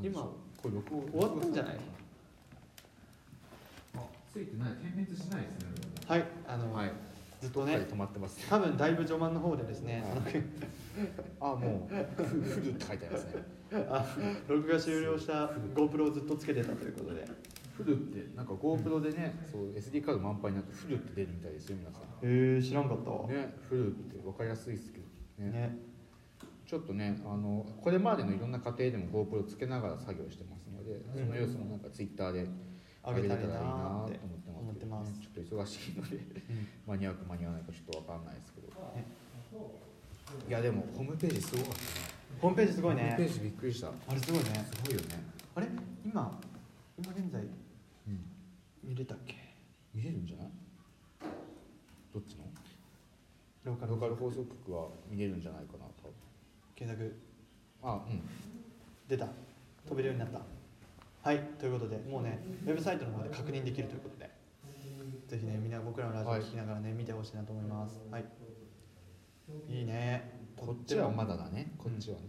[SPEAKER 2] いなんでしょう
[SPEAKER 1] 今
[SPEAKER 2] これ録音
[SPEAKER 1] 終わったんじゃない
[SPEAKER 2] ついてない点滅しないですね
[SPEAKER 1] はいあの、
[SPEAKER 2] はい
[SPEAKER 1] ずっと
[SPEAKER 2] はい
[SPEAKER 1] ね
[SPEAKER 2] 止まってますね
[SPEAKER 1] 多分だいぶ序盤の方でですね、
[SPEAKER 2] はいあもうフフルって書いてありますね
[SPEAKER 1] あの録画終了した GoPro をずっとつけてたということでへ
[SPEAKER 2] フルってなんか GoPro でね、そう SD カード満杯になってフルって出るみたいですよ皆さん
[SPEAKER 1] えー、知らんかったわね
[SPEAKER 2] ねフルって分かりやすいですけどねちょっとねあのこれまでのいろんな家庭でも GoPro つけながら作業してますので、
[SPEAKER 1] うん
[SPEAKER 2] その様子もなんか Twitter で
[SPEAKER 1] あげ
[SPEAKER 2] 上げ
[SPEAKER 1] た
[SPEAKER 2] れ
[SPEAKER 1] り
[SPEAKER 2] た
[SPEAKER 1] な
[SPEAKER 2] らいいなと
[SPEAKER 1] ー
[SPEAKER 2] 思
[SPEAKER 1] って思
[SPEAKER 2] っ
[SPEAKER 1] ってて
[SPEAKER 2] ま
[SPEAKER 1] ますす
[SPEAKER 2] けどね、ちょっと忙しいので
[SPEAKER 1] うん
[SPEAKER 2] 間に合うか間に合わないかちょっと分かんないですけど
[SPEAKER 1] ね
[SPEAKER 2] いやでもホームページすごかったね
[SPEAKER 1] ホームページす
[SPEAKER 2] す
[SPEAKER 1] ごい
[SPEAKER 2] ホームペ
[SPEAKER 1] ね
[SPEAKER 2] ージびっくりしたす
[SPEAKER 1] あれすごいね
[SPEAKER 2] ごいよね、
[SPEAKER 1] あれ今今現在
[SPEAKER 2] うん、
[SPEAKER 1] 見れたっけ
[SPEAKER 2] 見れるんじゃないどっちの
[SPEAKER 1] ローカル
[SPEAKER 2] ローカル放送局は見れるんじゃないかな多分
[SPEAKER 1] 検索
[SPEAKER 2] あうん
[SPEAKER 1] 出た飛べるようになったはいということでもうねウェブサイトの方で確認できるということでぜひねみんな僕らのラジオ
[SPEAKER 2] はい
[SPEAKER 1] 聞きながらね、見てほしいなと思いますはいいいね
[SPEAKER 2] こっちは
[SPEAKER 1] とても
[SPEAKER 2] まだだねこっちはね、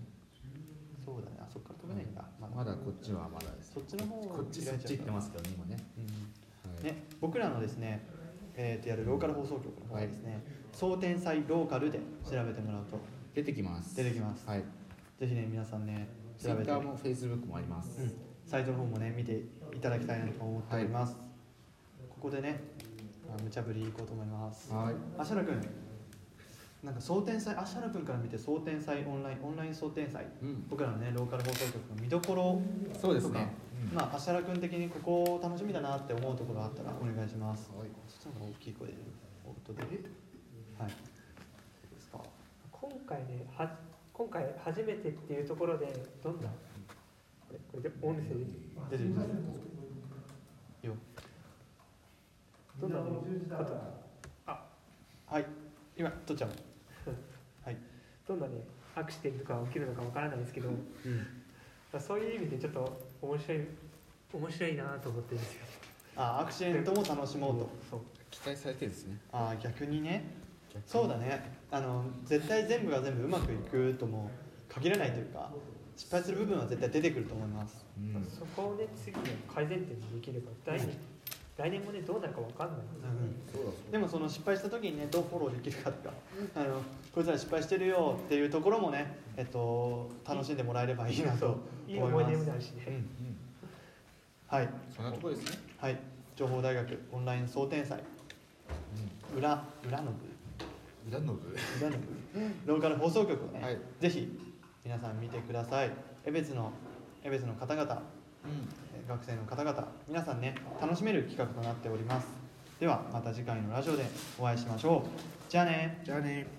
[SPEAKER 1] そうだねあそっから飛べないんだ、
[SPEAKER 2] まだこっちはまだです
[SPEAKER 1] そっちの方
[SPEAKER 2] こっちそ
[SPEAKER 1] 開
[SPEAKER 2] っ
[SPEAKER 1] いちゃうから
[SPEAKER 2] ち行ってますけどね今ね、
[SPEAKER 1] うん
[SPEAKER 2] はい
[SPEAKER 1] ね僕らのですねえー、とやるローカル放送局の方はですね、総天才ローカルで調べてもらうと
[SPEAKER 2] 出てきます
[SPEAKER 1] 出てきます
[SPEAKER 2] はい
[SPEAKER 1] ぜひね皆さんね
[SPEAKER 2] ツイ
[SPEAKER 1] 調べ
[SPEAKER 2] ッ
[SPEAKER 1] て
[SPEAKER 2] ターもフェイスブックもあります、
[SPEAKER 1] うん、サイトの方もね見ていいただきたいなと思っております、ここでねまあ無茶ぶりいこうと思います
[SPEAKER 2] はい
[SPEAKER 1] あしゃらくんなんか総天祭あしゃらくんから見て総天祭オンラインオンライン総天祭
[SPEAKER 2] うん
[SPEAKER 1] 僕らのねローカル放送局の見どころ
[SPEAKER 2] そうですね
[SPEAKER 1] まあ、あしゃら君的にここ楽しみだなって思うところあったらお願いします。
[SPEAKER 2] はい
[SPEAKER 1] そしたら大きい声で音で。はい。そうですか。
[SPEAKER 4] 今回ねは今回初めてっていうところでどんなこれこれで音声
[SPEAKER 1] 出てきます。よ。
[SPEAKER 4] どんなこと
[SPEAKER 1] はい。今とっちゃん。はい。
[SPEAKER 4] どんなねアクシデントが起きるのかわからないですけど、ま
[SPEAKER 1] うん。
[SPEAKER 4] あ、そういう意味でちょっと面白い面白いなと思ってるんですよ。
[SPEAKER 1] あ、アクシデントも楽しもうと。
[SPEAKER 4] そう
[SPEAKER 2] 期待されてるんですね
[SPEAKER 1] あ、逆にね。そうだね。あの絶対全部が全部うまくいくとも限らないというか、失敗する部分は絶対出てくると思います。
[SPEAKER 2] うん
[SPEAKER 4] そこをね次の改善点にできれば来年来年もねどうなるかわかんない。
[SPEAKER 1] うん。
[SPEAKER 2] そうだ
[SPEAKER 1] でもその失敗した時にねどうフォローできるかとかあのこいつら失敗してるよっていうところもね、えっと、楽しんでもらえればいいなと
[SPEAKER 4] いい
[SPEAKER 1] 思い
[SPEAKER 4] 思い
[SPEAKER 1] ま
[SPEAKER 4] 出
[SPEAKER 1] す
[SPEAKER 4] にもなるしね。
[SPEAKER 1] うんはい、
[SPEAKER 2] そんなところですね
[SPEAKER 1] はい、情報大学オンライン総天祭裏裏の部
[SPEAKER 2] 裏の部
[SPEAKER 1] 裏の部 ローカル放送局をね、
[SPEAKER 2] はい
[SPEAKER 1] ぜひ皆さん見てください江別の江別の方々
[SPEAKER 2] うん
[SPEAKER 1] えー学生の方々皆さんね楽しめる企画となっておりますではまた次回のラジオでお会いしましょうじゃあね
[SPEAKER 2] じゃあね